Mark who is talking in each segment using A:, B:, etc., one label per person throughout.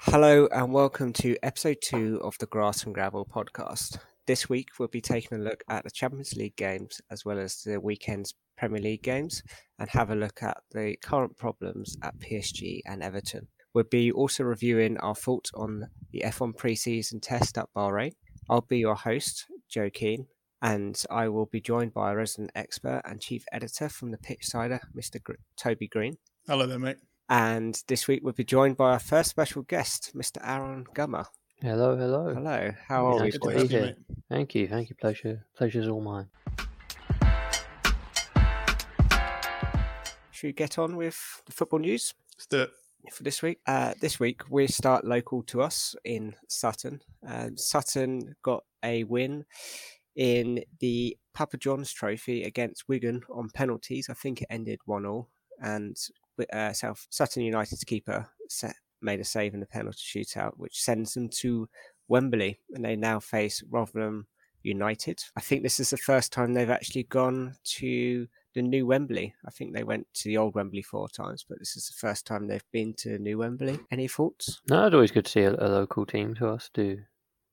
A: Hello and welcome to episode two of the Grass and Gravel podcast. This week we'll be taking a look at the Champions League games as well as the weekend's Premier League games and have a look at the current problems at PSG and Everton. We'll be also reviewing our thoughts on the F1 preseason test at Bahrain. I'll be your host, Joe Keane, and I will be joined by a resident expert and chief editor from the Pitchsider, Mr. Gr- Toby Green.
B: Hello there, mate.
A: And this week we'll be joined by our first special guest, Mr. Aaron Gummer.
C: Hello, hello.
A: Hello, how are
C: Yeah,
A: we?
B: Good to
C: boys.
B: have you,
C: Yeah.
B: mate.
C: Thank you, thank you. Pleasure, pleasure's all mine.
A: Should we get on with the football news
B: Let's do it.
A: for this week? Uh, this week we start local to us in Sutton. Um, Sutton got a win in the Papa John's Trophy against Wigan on penalties. I think it ended one all, and uh, South Sutton United's keeper set, made a save in the penalty shootout, which sends them to Wembley, and they now face Rotherham United. I think this is the first time they've actually gone to the new Wembley. I think they went to the old Wembley four times, but this is the first time they've been to the new Wembley. Any thoughts?
C: No, it's always good to see a, a local team to us do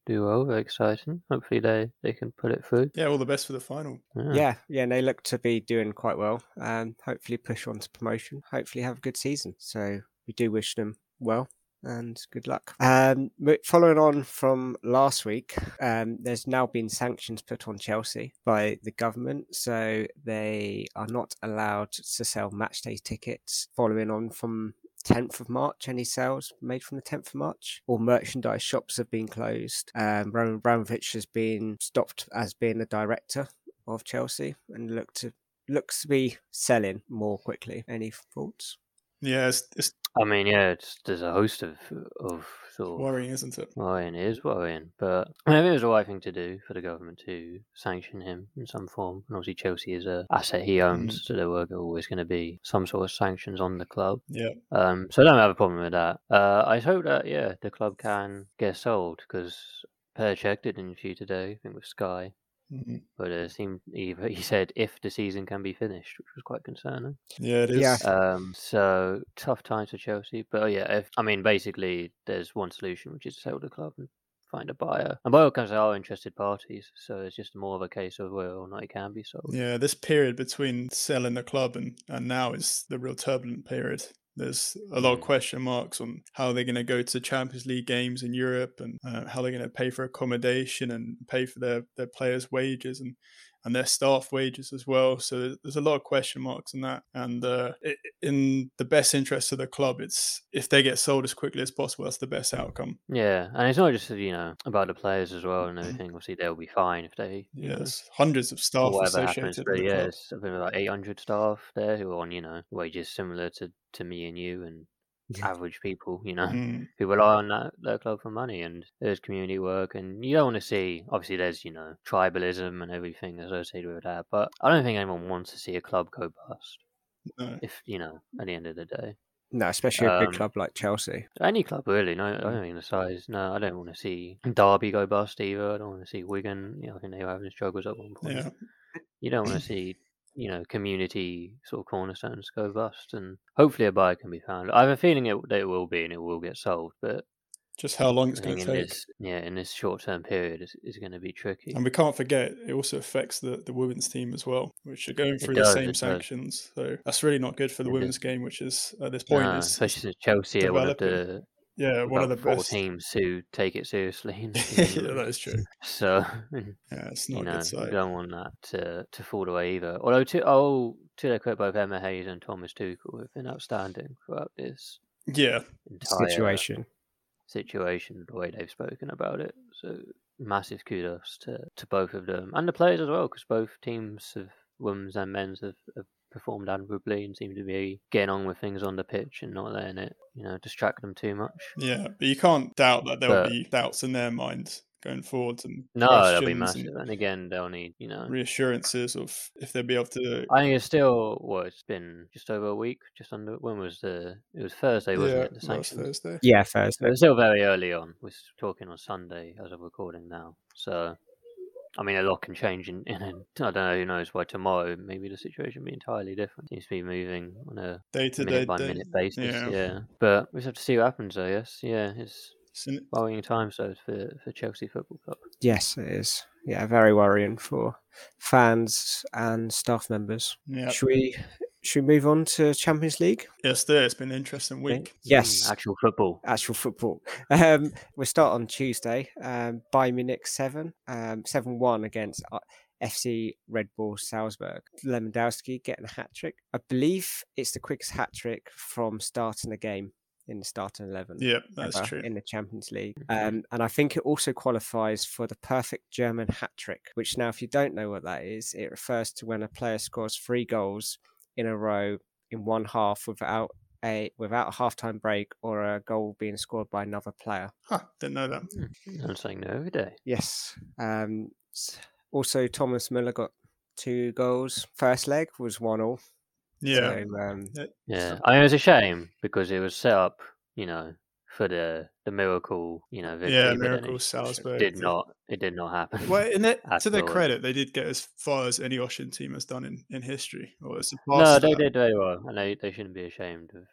C: do well. Very exciting. Hopefully they they can put it through.
B: Yeah, all the best for the final.
A: Yeah, yeah, and they look to be doing quite well. Um, hopefully push on to promotion. Hopefully have a good season. So we do wish them well and good luck. Um, mo- following on from last week, um, there's now been sanctions put on Chelsea by the government, so they are not allowed to sell matchday tickets. Following on from 10th of March, any sales made from the 10th of March. All merchandise shops have been closed. Um, Roman Abramovich has been stopped as being a director of Chelsea and look to looks to be selling more quickly. Any thoughts?
B: Yeah, it's, it's
C: I mean, yeah, it's, there's a host of of sort of
B: worrying, isn't it?
C: worrying it is worrying, but I mean, it was the right thing to do for the government to sanction him in some form. And obviously, Chelsea is a asset he owns, so there were always going to be some sort of sanctions on the club.
B: Yeah.
C: Um, so I don't have a problem with that. Uh, I just hope that yeah, the club can get sold because Per checked it in few today, I think with Sky.
B: Mhm.
C: But it seemed he, he said if the season can be finished, which was quite concerning.
B: Yeah, it is.
A: Yeah.
C: Um, so tough times for Chelsea. But oh, yeah, if, I mean, basically, there's one solution, which is to sell the club and find a buyer. And by all accounts, they are interested parties. So it's just more of a case of whether or not it can be sold.
B: Yeah, this period between selling the club and, and now is the real turbulent period. There's a lot of
C: Mm.
B: question marks on how they're going to go to Champions League games in Europe and uh, how they're going to pay for accommodation and pay for their, their players' wages and, and their staff wages as well. So there's- there's a lot of question marks on that. And uh, i- in the best interest of the club, it's if they get sold as quickly as possible, that's the best outcome.
C: Yeah, and it's not just you know about the players as well and everything. Obviously, they'll be fine if they you know,
B: Yes, hundreds of
C: or
B: staff
C: Mm. whatever
B: associated
C: happens.
B: with
C: But
B: the
C: yeah,
B: club.
C: it's something like 800 staff there who are on, you know, wages similar to, to me and you and
A: Um,
C: average people, you know,
B: Mm,
C: who rely on that, that club for money. And there's community work. And you don't want to see, obviously, there's, you know, tribalism and everything associated with that. But I don't think anyone wants to see a club go bust
B: no.
C: if, you know, at the end of the day.
A: No, especially a big
C: Um,
A: club like Chelsea.
C: Any club, really. No, I don't think the size. No, I don't want to see Derby go bust either. I don't want to see Wigan. You know, I think they were having struggles at one point.
B: Yeah,
C: you don't want to see you know community sort of cornerstones go bust and hopefully a buyer can be found i have a feeling it, that it will be and it will get sold but
B: just how long it's
C: i
B: going
C: think
B: to
C: in
B: take.
C: this yeah in this short term period is, is going to be tricky
B: And we can't forget, it also affects the, the women's team as well, which are going through
C: does,
B: the same
C: it does.
B: sanctions. So that's really not good for the
C: It
B: women's game, which is at this point
C: Nah,
B: is
C: especially since chelsea are one of
B: developing
C: the
B: yeah one of the
C: about four
B: best.
C: teams who take it seriously in the
B: yeah,
C: Premier
B: that
C: League.
B: is true.
C: so
B: Yeah, it's not
C: you
B: a
C: know
B: good
C: you
B: sight.
C: don't want that to to fall away either although to oh to their credit both emma hayes and thomas tuchel have been outstanding throughout this
B: Yeah,
C: entire
A: Situation.
C: situation, the way they've spoken about it. So massive kudos to, to both of them and the players as well, because both teams of women's and men's have, have performed admirably and seem to be getting on with things on the pitch and not letting it, you know, distract them too much.
B: yeah, but you can't doubt that there will
C: But-
B: be doubts in their minds going forwards and
C: No, that'll be
B: questions
C: massive.
B: and
C: And again, they'll need, you know.
B: reassurances of if they'll be able to.
C: I think it's still what it's been just over a week, just under. When was the? It was Thursday, wasn't
B: yeah,
C: it? The
B: last
C: sanctions?
B: Thursday.
A: Yeah,
C: But
A: Thursday.
C: it's still very early on. We're s- talking on Sunday as I'm recording now. So I mean, a lot can change, and in, in, I don't know who knows why tomorrow maybe the situation will be entirely different. Seems to be moving on a
B: Day to day,
C: minute by
B: day.
C: minute basis.
B: yeah.
C: Yeah. but we just have to see what happens. I guess. Yeah, it's
B: It's an-
C: worrying times though for for Chelsea Football Club.
A: Yes, it is. Yeah, very worrying for fans and staff members.
B: Yeah,
A: Should we should we move on to Champions League?
B: yes, there. It's been an interesting week.
A: Yes.
C: Mm, actual football.
A: actual football. Um, we start on Tuesday. Um, Bayern Munich seven, um, seven one against uh, FC Red Bull Salzburg. Lewandowski getting a hat trick. I believe it's the quickest hat trick from starting a game in the starting eleven.
B: Yep, that's
C: Uh-huh.
A: ever
B: true.
A: Uh-huh. In the Champions League,
C: Mhm.
A: um, and I think it also qualifies for the perfect German hat trick. Which now, if you don't know what that is, it refers to when a player scores three goals in a row in one half without a without a halftime break or a goal being scored by another player.
B: Huh, didn't know that.
A: Hmm.
C: I'm saying no every day.
A: Yes. Um, s- also, Thomas Müller got two goals. First leg was one all.
B: Yeah,
A: So, um,
C: Yeah, I mean, it was a shame because it was set up, you know, for the the miracle, you know, victory,
B: yeah,
C: but then
B: miracle
C: it
B: Salzburg
C: Did not. It did not happen.
B: Well, in their,
C: at
B: to their
C: all.
B: credit, they did get as far as any Austrian team has done in, in history, or as
C: No,
B: uh,
C: they did very well, and they, they shouldn't be ashamed of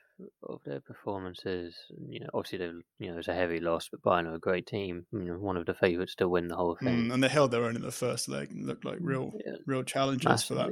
C: of their performances. You know, obviously they you know it's a heavy loss, but Bayern are a great team. You know, one of the favourites to win the whole thing.
B: Mm, and they held their own in the first leg and looked like real,
C: Yeah,
B: real challenges for that.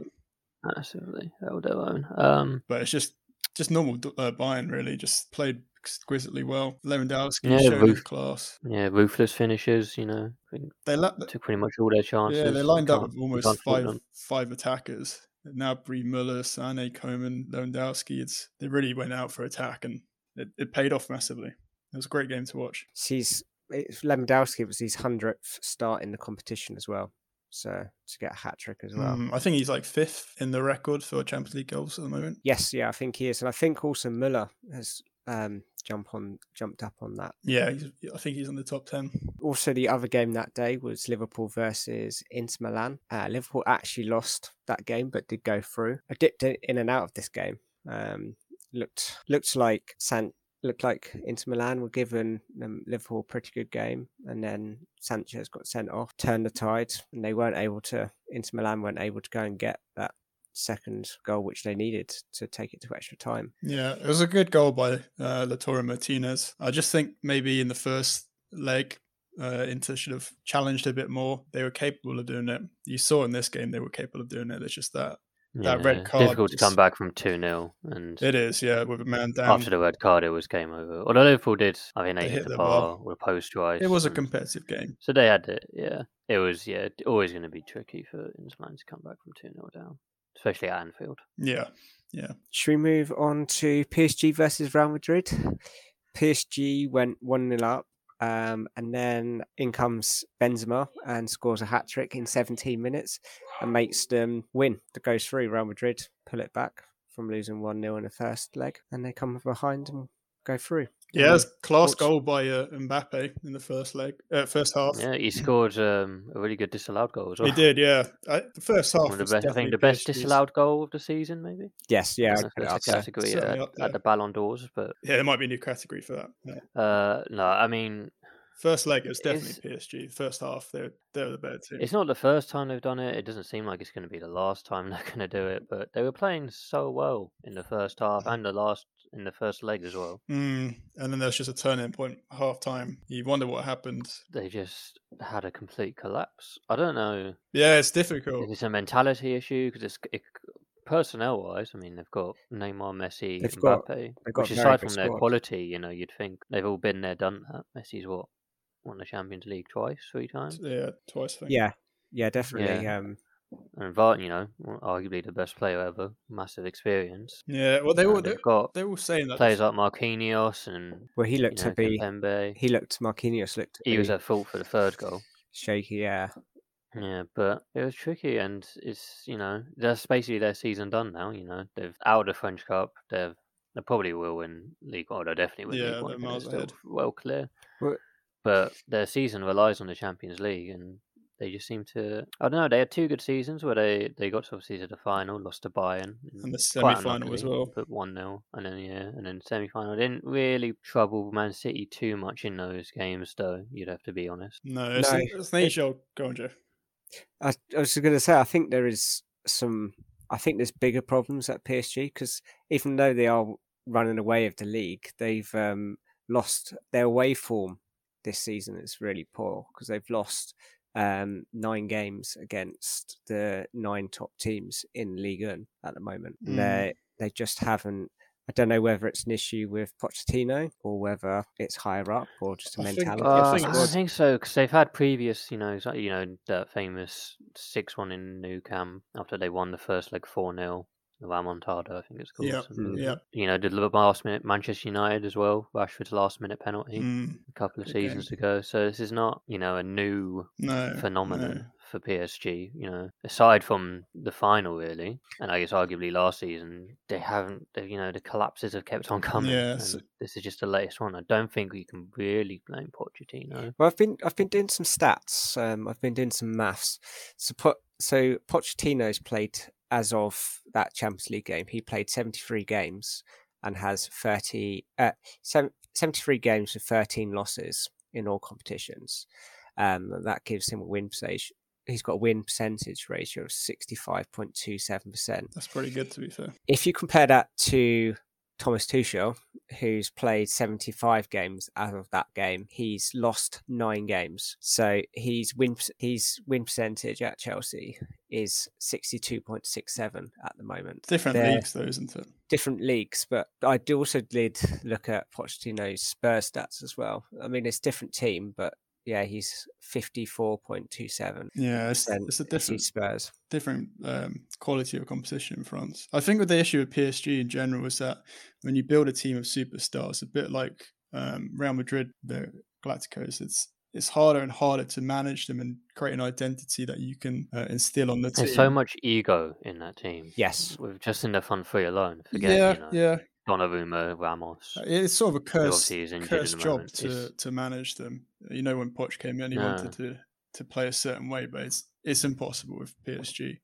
C: massively, massively held their own. Um,
B: But it's just, just normal uh, Bayern really just played exquisitely well. Lewandowski
C: Yeah,
B: showed his
C: Ruth-
B: class.
C: yeah, ruthless finishes. You know, I think
B: They la-
C: took pretty much all their chances.
B: yeah, they
C: You
B: lined up
C: can't-
B: with
C: you
B: almost
C: can't fault
B: five
C: them.
B: five attackers. Now Bree Muller, Sane, Komen, Lewandowski. It's they really went out for attack and it, it paid off massively. It was a great game to watch.
A: she's it's Lewandowski was his hundredth start in the competition as well. So to get a hat trick as well.
B: Mm, I think he's like fifth in the record for Champions League goals at the moment.
A: Yes, yeah, I think he is, and I think also Müller has um, jump on jumped up on that.
B: Yeah, he's, I think he's in the top ten.
A: Also, the other game that day was Liverpool versus Inter Milan. Uh, Liverpool actually lost that game, but did go through. I dipped in in and out of this game. Um, looked looked like San looked like Inter Milan were giving um, Liverpool a pretty good game, and then Sanchez got sent off, turned the tide, and they weren't able to. Inter Milan weren't able to go and get that second goal which they needed to take it to extra time.
B: Yeah, it was a good goal by uh, Lautaro Martinez. I just think maybe in the first leg, uh, Inter should have challenged a bit more. They were capable of doing it. You saw in this game they were capable of doing it. It's just that that red
C: Yeah,
B: card
C: Difficult to come
B: just-
C: back from two 0 and
B: it is. Yeah, with a man down.
C: After the red card, it was game over. Although Liverpool did, I mean, they, hit, the bar, or the post twice.
B: It was a
C: and-
B: competitive game.
C: so they had it. Yeah, it was. Yeah, t- always going to be tricky for Inter Milan to come back from two 0 down, especially at Anfield.
B: Yeah.
A: Should we move on to PSG versus Real Madrid? PSG went 1 0 up, um, and then in comes Benzema and scores a hat trick in 17 minutes and makes them win. That goes through Real Madrid, pull it back from losing 1 0 in the first leg, and they come behind and go through.
B: Yeah, it was class
A: What's-
B: goal by uh, Mbappe in the first leg, uh, first half.
C: Yeah, he scored um, a really good disallowed goal as well.
B: He did, yeah. I, the first half
C: One of the
B: was
C: best, I
B: definitely
C: think the best
B: PSG's.
C: disallowed goal of the season, maybe.
A: Yes, yeah.
C: I
A: I'd
C: don't
A: put
C: know
A: it
C: if
A: up
C: it's a
A: there.
C: category
B: Certainly
C: uh,
B: up
C: at
B: there.
C: the Ballon d'Ors, but
B: Yeah, there might be a new category for that. yeah.
C: uh, no, I mean,
B: First leg, it was
C: It's-
B: definitely PSG. First half, they were, they were the better team.
C: It's not the first time they've done it. It doesn't seem like it's going to be the last time they're going to do it. But they were playing so well in the first half and the last in the first leg as well.
B: Mm, and then there's just a turning point half time. You wonder what happened.
C: They just had a complete collapse. I don't know
B: Yeah, it's
C: if
B: difficult.
C: it's a mentality issue because it's it, personnel wise. I mean, they've got Neymar, Messi,
A: They've got-
C: Mbappe,
A: they've got
C: which
A: a very
C: aside
A: good
C: from their
A: squad.
C: quality, you know, you'd think they've all been there, done that. Messi's what won the Champions League twice, three times.
B: Yeah, twice. I think.
A: Yeah, yeah, definitely. Um,
C: And Vardy, you know, arguably the best player ever, massive experience.
B: Yeah. Well, they
C: Uh,
B: were they,
C: they've got
B: they were saying that.
C: players like Marquinhos and
A: well, he looked
C: you know,
A: to be.
C: Kimpembe.
A: He looked, Marquinhos looked to
C: He
A: be
C: was at fault for the third goal.
A: shaky, yeah.
C: Yeah, but it was tricky, and it's you know that's basically their season done now. You know they've out of the French Cup. They've they probably will win league. Oh, they'll definitely win
B: Yeah,
C: league one.
B: they're
C: I think
B: miles
C: it's still
B: ahead.
C: well clear.
A: Well-
C: But their season relies on the Champions League, and they just seem to. I don't know. They had two good seasons where they they got to obviously to the final, lost to Bayern,
B: in the semi
C: quite
B: final as
C: unluckily,
B: well.
C: But one 0 and then yeah, and then semi final. Didn't really trouble Man City too much in those games, though. You'd have to be honest.
B: No, it's,
A: No,
B: it's an age old. Go on, Joe.
A: I, I was going to say, I think there is some. I think there's bigger problems at PSG because even though they are running away of the league, they've um, lost their away form this season. It's really poor because they've lost um, nine games against the nine top teams in League One at the moment.
B: Mm.
A: They they just haven't. I don't know whether it's an issue with Pochettino or whether it's higher up or just a
B: I think-
A: mentality.
B: I
C: Uh, I
B: think
C: don't
B: it's-
C: think so because they've had previous, you know, so- you know that famous six-one in Nou Camp after they won the first leg four-nil. The La Montada, I think it's called.
B: Yeah,
C: something.
B: yeah.
C: You know, did the last-minute Manchester United as well. Rashford's last-minute penalty
B: Mm,
C: a couple of
B: good game.
C: seasons ago. So this is not, you know, a new
B: no.
C: phenomenon
B: no.
C: for PSG. You know, aside from the final, really, and I guess arguably last season, they haven't. they- You know, the collapses have kept on coming.
B: Yeah,
C: and
B: so-
C: this is just the latest one. I don't think we can really blame Pochettino.
A: Well, I've been I've been doing some stats. Um, I've been doing some maths. So, po- so Pochettino's played as of that Champions League game. He played seventy three games and has thirty uh, sev- seventy three games with thirteen losses in all competitions. Um, and that gives him a win percentage. He's got a win percentage ratio of sixty five point two seven percent
B: That's pretty good, to be fair.
A: if you compare that to Thomas Tuchel, who's played 75 games out of that game, he's lost nine games. So his win his win percentage at Chelsea is 62.67 at the moment.
B: Different
A: They're-
B: leagues, though, isn't it?
A: Different leagues, but I do also did look at Pochettino's Spurs stats as well. I mean, it's different team, but yeah, he's 54.27.
B: Yeah, it's,
A: And
B: it's a
A: It's
B: different
A: Spurs.
B: different um, quality of competition in France. I think with the issue with PSG in general was that when you build a team of superstars, a bit like um, Real Madrid, the Galacticos, it's it's harder and harder to manage them and create an identity that you can uh, instill on the team.
C: There's so much ego in that team.
A: Yes.
C: With just in the front three alone, forget
B: yeah,
C: you know,
B: yeah.
C: Donnarumma, Ramos.
B: It's sort of a
C: who
B: curse,
C: obviously is injured at
B: cursed
C: the
B: job
C: moment.
B: to,
C: is-
B: to manage them. You know, when Poch came in, he
C: No.
B: wanted to, to play a certain way, but it's it's impossible with PSG.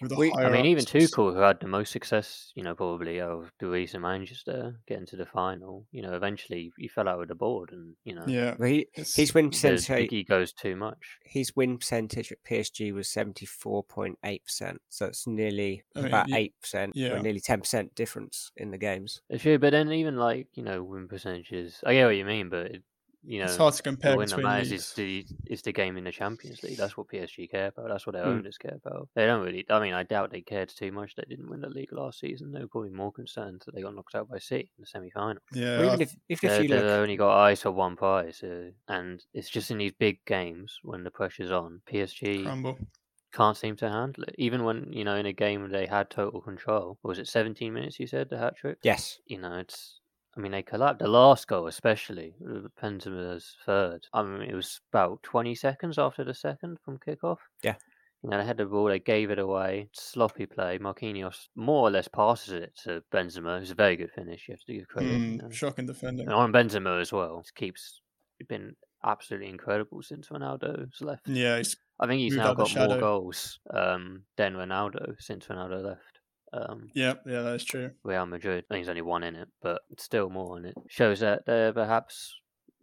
B: With the
A: We- I
C: I mean, even
B: hierarchies.
C: Tuchel, who had the most success, you know, probably of the recent Manchester getting to the final, you know, eventually he fell out with the board, and you know,
B: Yeah.
A: Well, he,
B: it's-
A: his win
C: the,
A: percentage
C: the ego's too much.
A: his win percentage at PSG was 74.8%. So it's nearly
B: I mean,
A: about
B: you-
A: 8%,
B: Oh, yeah.
A: or nearly 10% difference in the games.
C: It's true, but then even like you know, win percentages. I get what you mean, but it, you know,
B: it's hard to
C: the
B: compare
C: win that
B: between
C: matters
B: leagues.
C: is the is the game in the Champions League. That's what PSG care about. That's what their
A: Hmm.
C: owners care about. They don't really. I mean, I doubt they cared too much. They didn't win the league last season. They were probably more concerned that they got knocked out by City in the semi final.
B: Yeah,
A: Or
B: I
A: even if, even if
C: They,
A: you
C: they've
A: look,
C: only got eyes for one prize, uh, and it's just in these big games when the pressure's on. PSG
B: crumble.
C: can't seem to handle it. Even when you know in a game where they had total control, what was it 17 minutes? You said the hat trick
A: yes,
C: you know, it's. I mean, they collapsed. The last goal, especially, uh, Benzema's third. I mean, it was about 20 seconds after the second from kickoff.
A: Yeah.
C: You know, they had the ball, they gave it away. Sloppy play. Marquinhos more or less passes it to Benzema. It's a very good finish. You have to give credit. you know.
B: Mm, shocking defending.
C: And on Benzema as well. It keeps it's been absolutely incredible since Ronaldo's left.
B: Yeah, he's,
C: I think he's
B: moved
C: now
B: out the
C: got more
B: shadow.
C: goals um, than Ronaldo since Ronaldo left. Um,
B: yeah, yeah, that's true.
C: Real Madrid. I think there's only one in it, but still more in it. Shows that uh, perhaps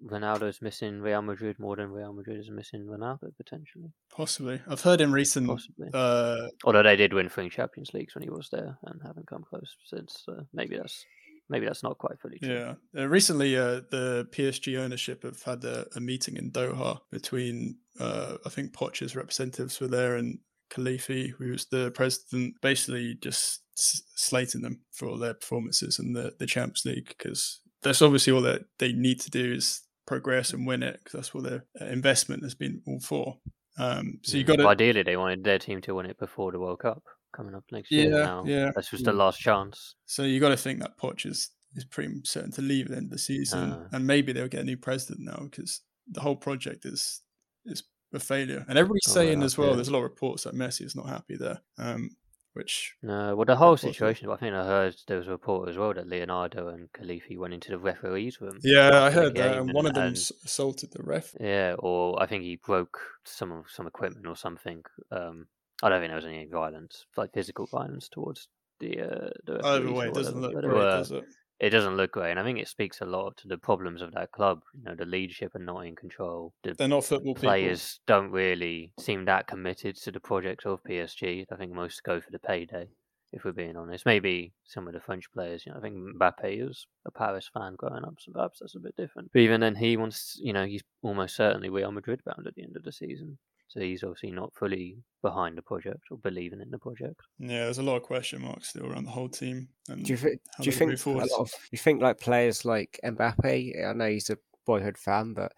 C: Ronaldo's missing Real Madrid more than Real Madrid is missing Ronaldo, potentially.
B: Possibly, I've heard in recent.
C: Possibly.
B: Uh,
C: Although they did win three Champions Leagues when he was there and haven't come close since. So maybe that's maybe that's not quite fully true.
B: yeah, uh, recently uh, the PSG ownership have had a, a meeting in Doha between uh, I think Poch's representatives were there and Khalifi, who was the president, basically just s- slating them for all their performances in the the Champions League because that's obviously all that they need to do is progress and win it because that's what their uh, investment has been all for. Um, so you
C: Mm.
B: got to
C: Ideally, they wanted their team to win it before the World Cup coming up next year.
B: Yeah,
C: now.
B: yeah. Mm.
C: That's just the last chance.
B: So you got to think that Poch is, is pretty certain to leave at the end of the season,
C: Ah.
B: and maybe they'll get a new president now because the whole project is is a failure. And everybody's
C: Oh,
B: saying
C: yeah,
B: as well,
C: yeah.
B: there's a lot of reports that Messi is not happy there, um, which
C: No, well, the whole
B: Unfortunately.
C: situation. I think I heard there was a report as well that Leonardo and Khalifi went into the referees room.
B: yeah, I
C: after the
B: heard that,
C: game
B: and one of them
C: and-
B: assaulted the ref.
C: Yeah, or I think he broke some of some equipment or something. Um, I don't think there was any violence, like physical violence towards the uh, the. referees
B: Either
C: or
B: way, it doesn't
C: whatever,
B: look
C: but
B: great,
C: there were-
B: does it?
C: it doesn't look great. And I think it speaks a lot to the problems of that club. You know, the leadership are not in control. The
B: They're not football
C: players don't really seem that committed to the project of PSG. I think most go for the payday, if we're being honest. Maybe some of the French players, you know, I think Mbappe was a Paris fan growing up, so perhaps that's a bit different. But even then, he wants, you know, he's almost certainly Real Madrid bound at the end of the season. So he's obviously not fully behind the project or believing in the project.
B: people. Yeah, there's a lot of question marks still around the whole team. And
A: Do you, thi-
B: how
A: do you
B: they
A: think
B: move
A: a
B: forward.
A: lot of, you think like players like Mbappe? I know he's a boyhood fan, but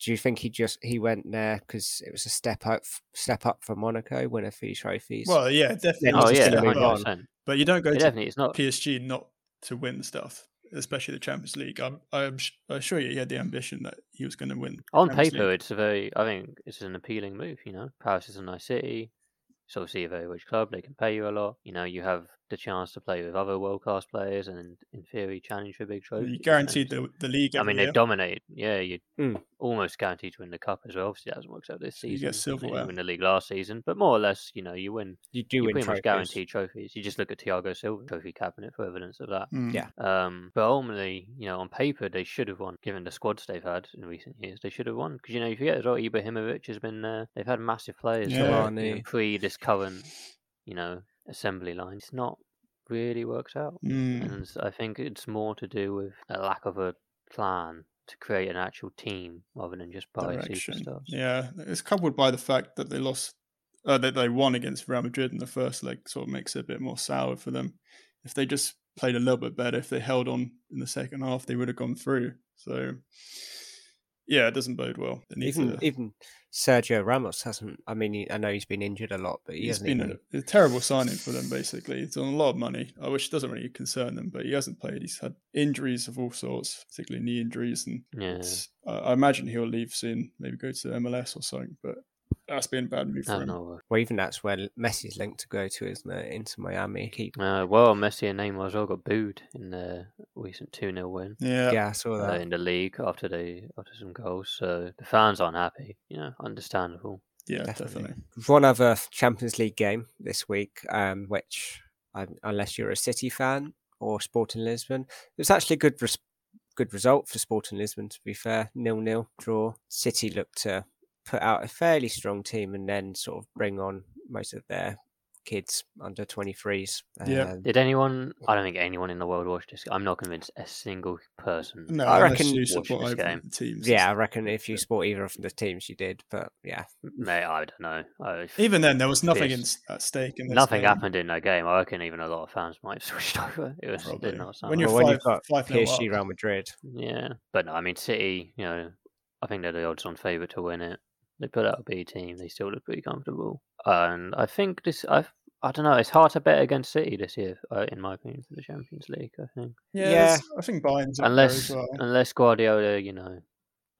A: do you think he just he went there because it was a step up step up for Monaco, win a few trophies?
B: well, yeah, definitely.
A: Yeah,
B: not
C: Oh
B: to
A: just
C: yeah,
B: step
A: gonna move
C: hundred
B: up,
A: on.
C: percent.
B: But you don't go to
C: Definitely, it's not.
B: PSG not to win stuff, especially the Champions League. I'm, I'm sh- I assure you, he had the ambition that he was going to win.
C: On
B: Champions
C: paper,
B: League.
C: it's a very. I think it's an appealing move. You know, Paris is a nice city. It's obviously a very rich club. They can pay you a lot. You know, you have the chance to play with other world class players and, in theory, challenge for big
B: And
C: trophies.
B: you
C: and
B: guaranteed
C: it's-
B: the, the league.
C: I mean,
B: every
C: they
B: year.
C: dominated. Yeah, you
A: Mm.
C: almost guaranteed to win the cup as well. Obviously, that hasn't worked out this
B: You
C: season.
B: get
C: and You
B: silverware.
C: didn't win the league last season, but more or less, you know, you win.
A: you do
C: You
A: win
C: pretty
A: trophies.
C: much guaranteed trophies. You just look at Thiago Silva trophy cabinet for evidence of that.
B: Mm.
A: Yeah.
C: Um, but ultimately, you know, on paper they should have won. Given the squads they've had in recent years, they should have won. Because you know, you forget as well, Ibrahimovic has been there. They've had massive players that were, you know,
A: Cavani.
C: pre this current, you know, assembly line. It's not really worked out,
B: Mm.
C: and s- I think it's more to do with a lack of a plan to create an actual team rather than just buy
B: Direction.
C: superstars.
B: Yeah, it's coupled by the fact that they lost, uh, that they won against Real Madrid in the first leg, sort of makes it a bit more sour for them. If they just played a little bit better, if they held on in the second half, they would have gone through. So, yeah, it doesn't bode well. They need
A: Even
B: to-
A: even Sergio Ramos hasn't. I mean, he- I know he's been injured a lot, but he
B: It's
A: hasn't
B: been
A: even-
B: a, a terrible signing for them, basically. It's on a lot of money, uh, which doesn't really concern them, but he hasn't played. He's had injuries of all sorts, particularly knee injuries. And
C: Yeah,
B: it's, I I imagine he'll leave soon, maybe go to MLS or something, but that's been a bad move for
C: that's
B: him.
C: not work.
A: Well, even that's where Messi's linked to go to, isn't it? Into Miami. Keep.
C: Uh, well, Messi and Neymar as well got booed in the recent two 0 win.
B: Yeah.
A: Yeah, I saw
C: uh,
A: that.
C: in the league after they after some goals. So the fans aren't happy. You know, understandable.
B: Yeah,
A: Definitely.
B: definitely.
A: One other Champions League game this week, um, which, um, unless you're a City fan or Sporting Lisbon, it was actually a good, res- good result for Sporting Lisbon, to be fair. Nil nil draw. City looked to put out a fairly strong team and then sort of bring on most of their kids under 23s.
B: Yeah.
A: Um,
C: Did anyone? I don't think anyone in the world watched this. I'm not convinced a single person.
B: No,
A: I
B: unless
A: reckon-
B: you
C: Watching
B: support
C: this
B: either
C: game.
B: of the teams.
A: Yeah, I reckon if you support either of the teams, you did. But yeah,
C: Mate, I don't know. I,
B: Even then, there was nothing in,
C: Yes.
B: at stake in this
C: nothing
B: game.
C: happened in that game. I reckon even a lot of fans might have switched over. It was
B: Probably.
C: did not sound.
B: When
A: Well,
B: you're
A: when
B: five,
A: you've got
B: five nil
A: PSG,
B: up.
A: Real Madrid.
C: Yeah, but no, I mean City. You know, I think they're the odds-on favourite to win it. They put out a B team. They still look pretty comfortable, and I think this. I I don't know. It's hard to bet against City this year, uh, in my opinion, for the Champions League. I think.
B: Yeah,
A: Yeah.
B: there's- I think Bayern's up there
C: unless
B: as well.
C: unless Guardiola, you know,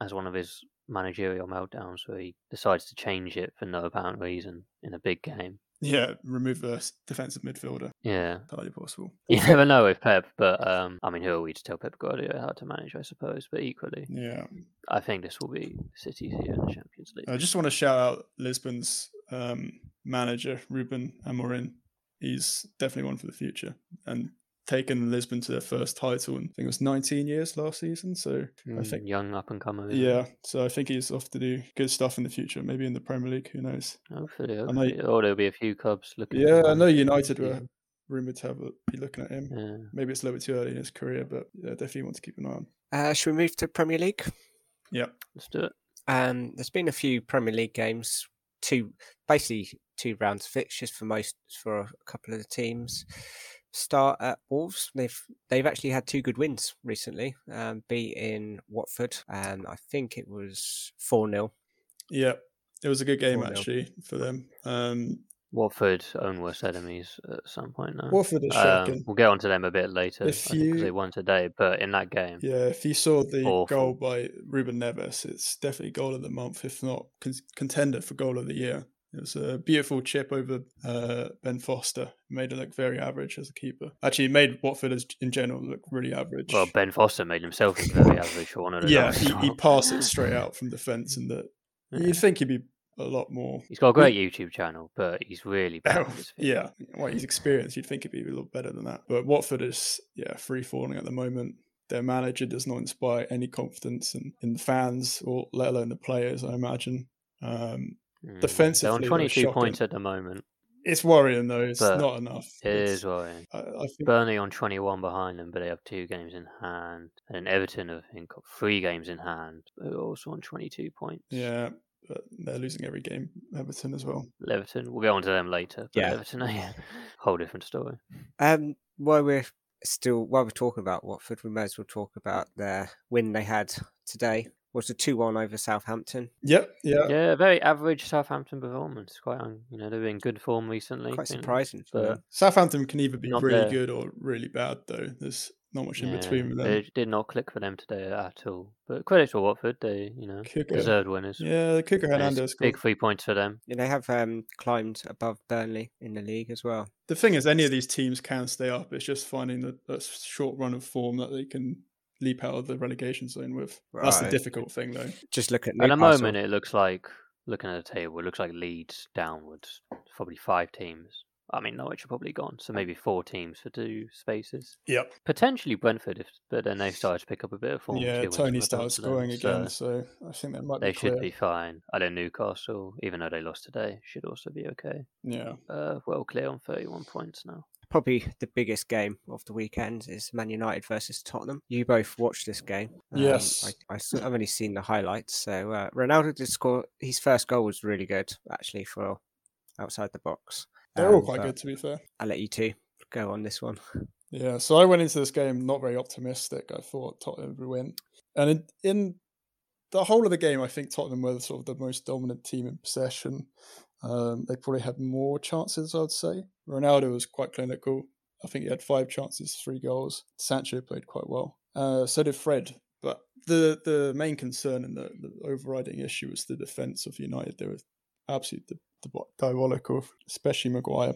C: has one of his managerial meltdowns where he decides to change it for no apparent reason in a big game.
B: Yeah, remove a s- defensive midfielder.
C: Yeah,
B: Entirely possible.
C: you never know with Pep, but um, I mean, who are we to tell Pep Guardiola how to manage? I suppose, but equally,
B: Yeah.
C: I think this will be City's year in the Champions League.
B: I just want to shout out Lisbon's um, manager, Ruben Amorim. He's definitely one for the future and taken Lisbon to their first title in, I think it was 19 years last season. So I
C: Mm,
B: think,
C: young up and comer.
B: Hmm. yeah. So I think he's off to do good stuff in the future, maybe in the Premier League. Who knows?
C: hopefully,
B: know-
C: hopefully. or there'll be a few clubs looking. to
B: Yeah, I
C: manage
B: know
C: him
B: United
C: this
B: were
C: season.
B: rumored to have a, be looking at him.
C: Yeah.
B: Maybe it's a little bit too early in his career, but yeah, definitely want to keep an eye on.
A: Uh, should we move to Premier League?
B: Yeah,
C: Let's do it.
A: Um, there's been a few Premier League games, two basically two rounds of fixtures for most for a couple of the teams. Start at Wolves. They've they've actually had two good wins recently. Um, beating Watford, and I think it was four 0
B: yeah, it was a good game
A: 4-0.
B: actually for them. Um,
C: Watford own worst enemies at some point now.
B: Watford are shocking.
C: Um, we'll get onto them a bit later.
B: If
C: I think 'cause they
B: you-
C: won today, but in that game,
B: Yeah, if you saw the
C: Awful.
B: goal by Ruben Neves, it's definitely goal of the month, if not con- contender for goal of the year. It was a beautiful chip over uh, Ben Foster. Made it look very average as a keeper. Actually, it made Watford as, in general look really average.
C: well, Ben Foster made himself look very average for one of the
B: yeah,
C: goals.
B: he, he passed it straight out from defence, and that
C: Yeah.
B: you'd think he'd be a lot more.
C: He's got a great YouTube channel, but he's really bad. at his feet.
B: Oh, yeah, well, he's experienced. You'd think it'd be a little better than that. But Watford is yeah free falling at the moment. Their manager does not inspire any confidence in, in the fans, or let alone the players. I imagine. Um,
C: Mm.
B: Defensively,
C: They're on
B: they're
C: 22
B: shocking.
C: points at the moment.
B: it's worrying though. It's
C: But
B: not enough.
C: It
B: It's-
C: is worrying.
B: I, I think
C: Burnley on 21 behind them, but they have two games in hand. And then Everton, I think, got three games in hand. They're also on 22 points.
B: yeah, but they're losing every game. Everton as well.
C: Leverton, we'll go on to them later. But
A: Yeah.
C: Leverton, whole different story.
A: Um, while we're still while we're talking about Watford, we may as well talk about their win they had today. Was a two-one over Southampton.
B: Yep. Yeah.
C: Yeah, very average Southampton performance. Quite, un- you know, they've been in good form recently.
A: Quite
C: you know.
A: surprising. for them.
B: Southampton can either be
C: Not
B: really
C: there.
B: good or really bad though. There's not much in
C: Yeah,
B: between with them.
C: It did not click for them today at all. But credit to Watford, they, you know,
B: Kicker.
C: deserved winners.
B: Yeah, the kicker
C: And it's
B: Hernandez. scored.
C: big three points for them.
A: And they have um, climbed above Burnley in the league as well.
B: The thing is, any of these teams can stay up. It's just finding that, that short run of form that they can leap out of the relegation zone with. That's the
A: Right.
B: difficult thing, though.
A: Just look at
C: At the
A: Newcastle.
C: moment, it looks like looking at the table, it looks like Leeds downwards. Probably five teams. I mean, Norwich are probably gone, so maybe four teams for two spaces.
B: Yep.
C: Potentially Brentford, if but then they started to pick up a bit of form. two
B: yeah,
C: wins
B: Tony
C: from
B: started
C: above them,
B: scoring again,
C: so
B: so I think that might
C: they
B: be clear.
C: should be fine. I know Newcastle, even though they lost today, should also be okay.
B: Yeah.
C: Uh, well clear on thirty-one points now.
A: probably the biggest game of the weekend is Man United versus Tottenham. You both watched this game. um,
B: Yes.
A: I, I, have only seen the highlights. So uh, Ronaldo did score. His first goal was really good, actually, for outside the box.
B: They're all
A: Um,
B: quite
A: but
B: good, to be fair.
A: I'll let you two go on this one.
B: Yeah, so I went into this game not very optimistic. I thought Tottenham would win, and in, in the whole of the game, I think Tottenham were sort of the most dominant team in possession. Um, they probably had more chances, I'd say. Ronaldo was quite clinical. I think he had five chances, three goals. Sancho played quite well. Uh, so did Fred. But the the main concern and the, the overriding issue was the defence of United. They were absolutely di- di- diabolical, especially Maguire,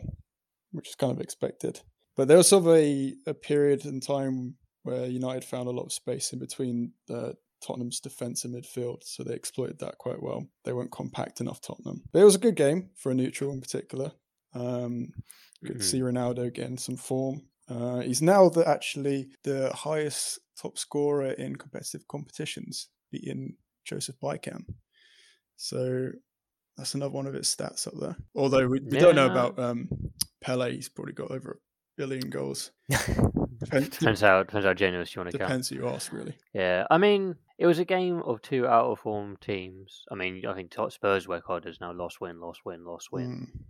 B: which is kind of expected. But there was sort of a, a period in time where United found a lot of space in between the Tottenham's defence and midfield, so they exploited that quite well. They weren't compact enough, Tottenham. But it was a good game for a neutral in particular. Um, good
C: Mhm.
B: to see Ronaldo getting some form. Uh, he's now the, actually the highest top scorer in competitive competitions, beating Joseph Bicam. So that's another one of his stats up there. Although we, we don't know
C: Yeah.
B: about um, Pele, he's probably got over a billion goals. Depend-
C: Turns out, turns out, generous you want to count.
B: Depends who you ask, really.
C: Yeah, I mean, it was a game of two out of form teams. I mean, I think Tot Spurs' record is now loss, win, loss, win, loss, win.
B: Mm.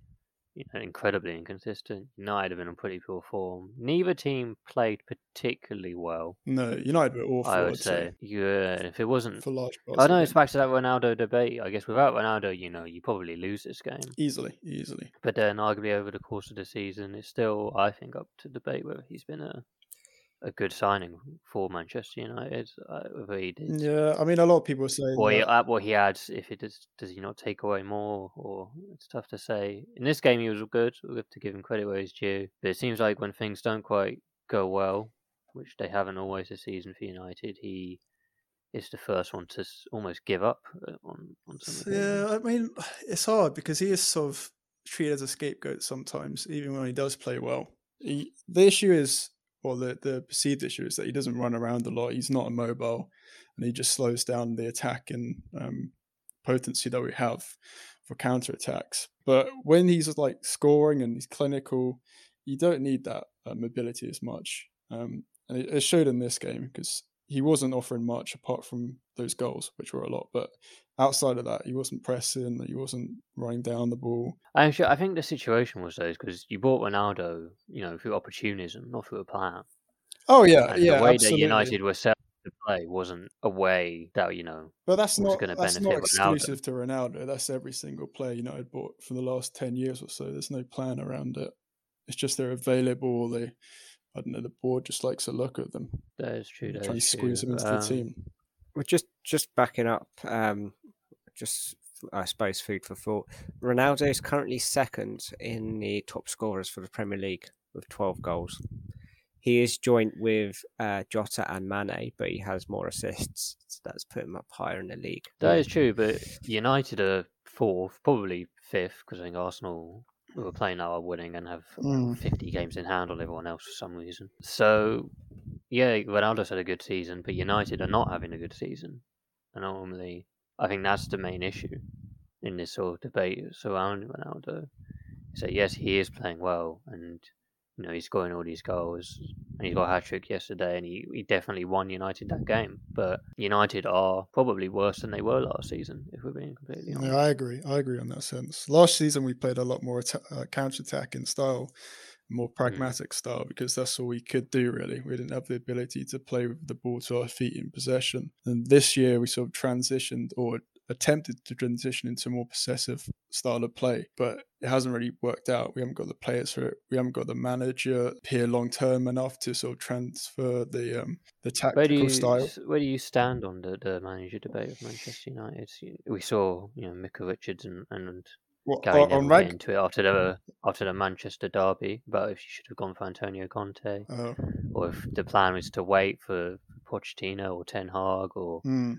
C: You know, incredibly inconsistent. United have been in pretty poor form. Neither team played particularly well.
B: Hmm. No, United were awful.
C: I
B: I'd
C: would say, yeah. If it wasn't,
B: for large parts.
C: I
B: of the
C: know it's
B: game.
C: back to that Ronaldo debate. I guess without Ronaldo, you know, you probably lose this game.
B: easily, easily.
C: But then, arguably, over the course of the season, it's still, I think, up to debate whether he's been a a good signing for Manchester United. Uh, whether he did
B: Yeah, I mean, a lot of people say.
C: Or he,
B: that-
C: uh, what he adds, if it does, does he not take away more? Or it's tough to say. In this game, he was good. We have to give him credit where he's due. But it seems like when things don't quite go well, which they haven't always this season for United, he is the first one to s- almost give up uh, on on something.
B: Yeah, I mean, it's hard because he is sort of treated as a scapegoat sometimes, even when he does play well. He, the issue is, or the, the perceived issue is that he doesn't run around a lot. He's not immobile, and he just slows down the attack and um, potency that we have for counter attacks. But when he's like scoring and he's clinical, you don't need that uh, mobility as much. Um, and it, it showed in this game because he wasn't offering much apart from those goals, which were a lot. But outside of that, he wasn't pressing, he wasn't running down the ball.
C: Actually, I think the situation was those because you bought Ronaldo, you know, through opportunism, not through a plan.
B: Oh yeah,
C: And
B: yeah,
C: the way
B: absolutely.
C: that United were set to play wasn't a way that you know
B: but that's
C: was
B: not
C: gonna
B: that's not
C: benefit Ronaldo.
B: exclusive to Ronaldo. That's every single player United bought for the last ten years or so. There's no plan around it. It's just they're available. Or they, I don't know. The board just likes to look at them,
C: that is true.
B: and
C: that
B: try to
C: is
B: squeeze
C: true.
B: them into the
C: Um,
B: team.
A: Well, just just backing up, um, just I suppose food for thought. Ronaldo is currently second in the top scorers for the Premier League with twelve goals. He is joint with uh, Jota and Mane, but he has more assists. So that's put him up higher in the league.
C: That is true, but United are fourth, probably fifth, because I think Arsenal who are playing now are winning and have
B: Mm.
C: 50 games in hand on everyone else for some reason. So, yeah, Ronaldo's had a good season, but United are not having a good season. And normally, I think that's the main issue in this sort of debate surrounding Ronaldo. Is that yes, he is playing well, and you know he's scoring all these goals, and he got a hat trick yesterday, and he, he definitely won United that game. But United are probably worse than they were last season, if we're being completely honest.
B: Yeah, I agree. I agree on that sense. Last season, we played a lot more atta- uh, counter-attacking style, more
C: Hmm.
B: pragmatic style, because that's all we could do, really. We didn't have the ability to play with the ball to our feet in possession. And this year, we sort of transitioned or attempted to transition into a more possessive style of play, but it hasn't really worked out. We haven't got the players for it. We haven't got the manager here long-term enough to sort of transfer the um, the
C: Where do
B: tactical
C: you
B: style.
C: s- where do you stand on the, the manager debate of Manchester United? You- We saw you know Mika Richards and, and
B: Well,
C: Gary
B: on- on
C: Neville
B: rank, Hmm.
C: get into it after the after the Manchester derby about if she should have gone for Antonio Conte
B: uh,
C: or if the plan was to wait for Pochettino or Ten Hag or
B: hmm.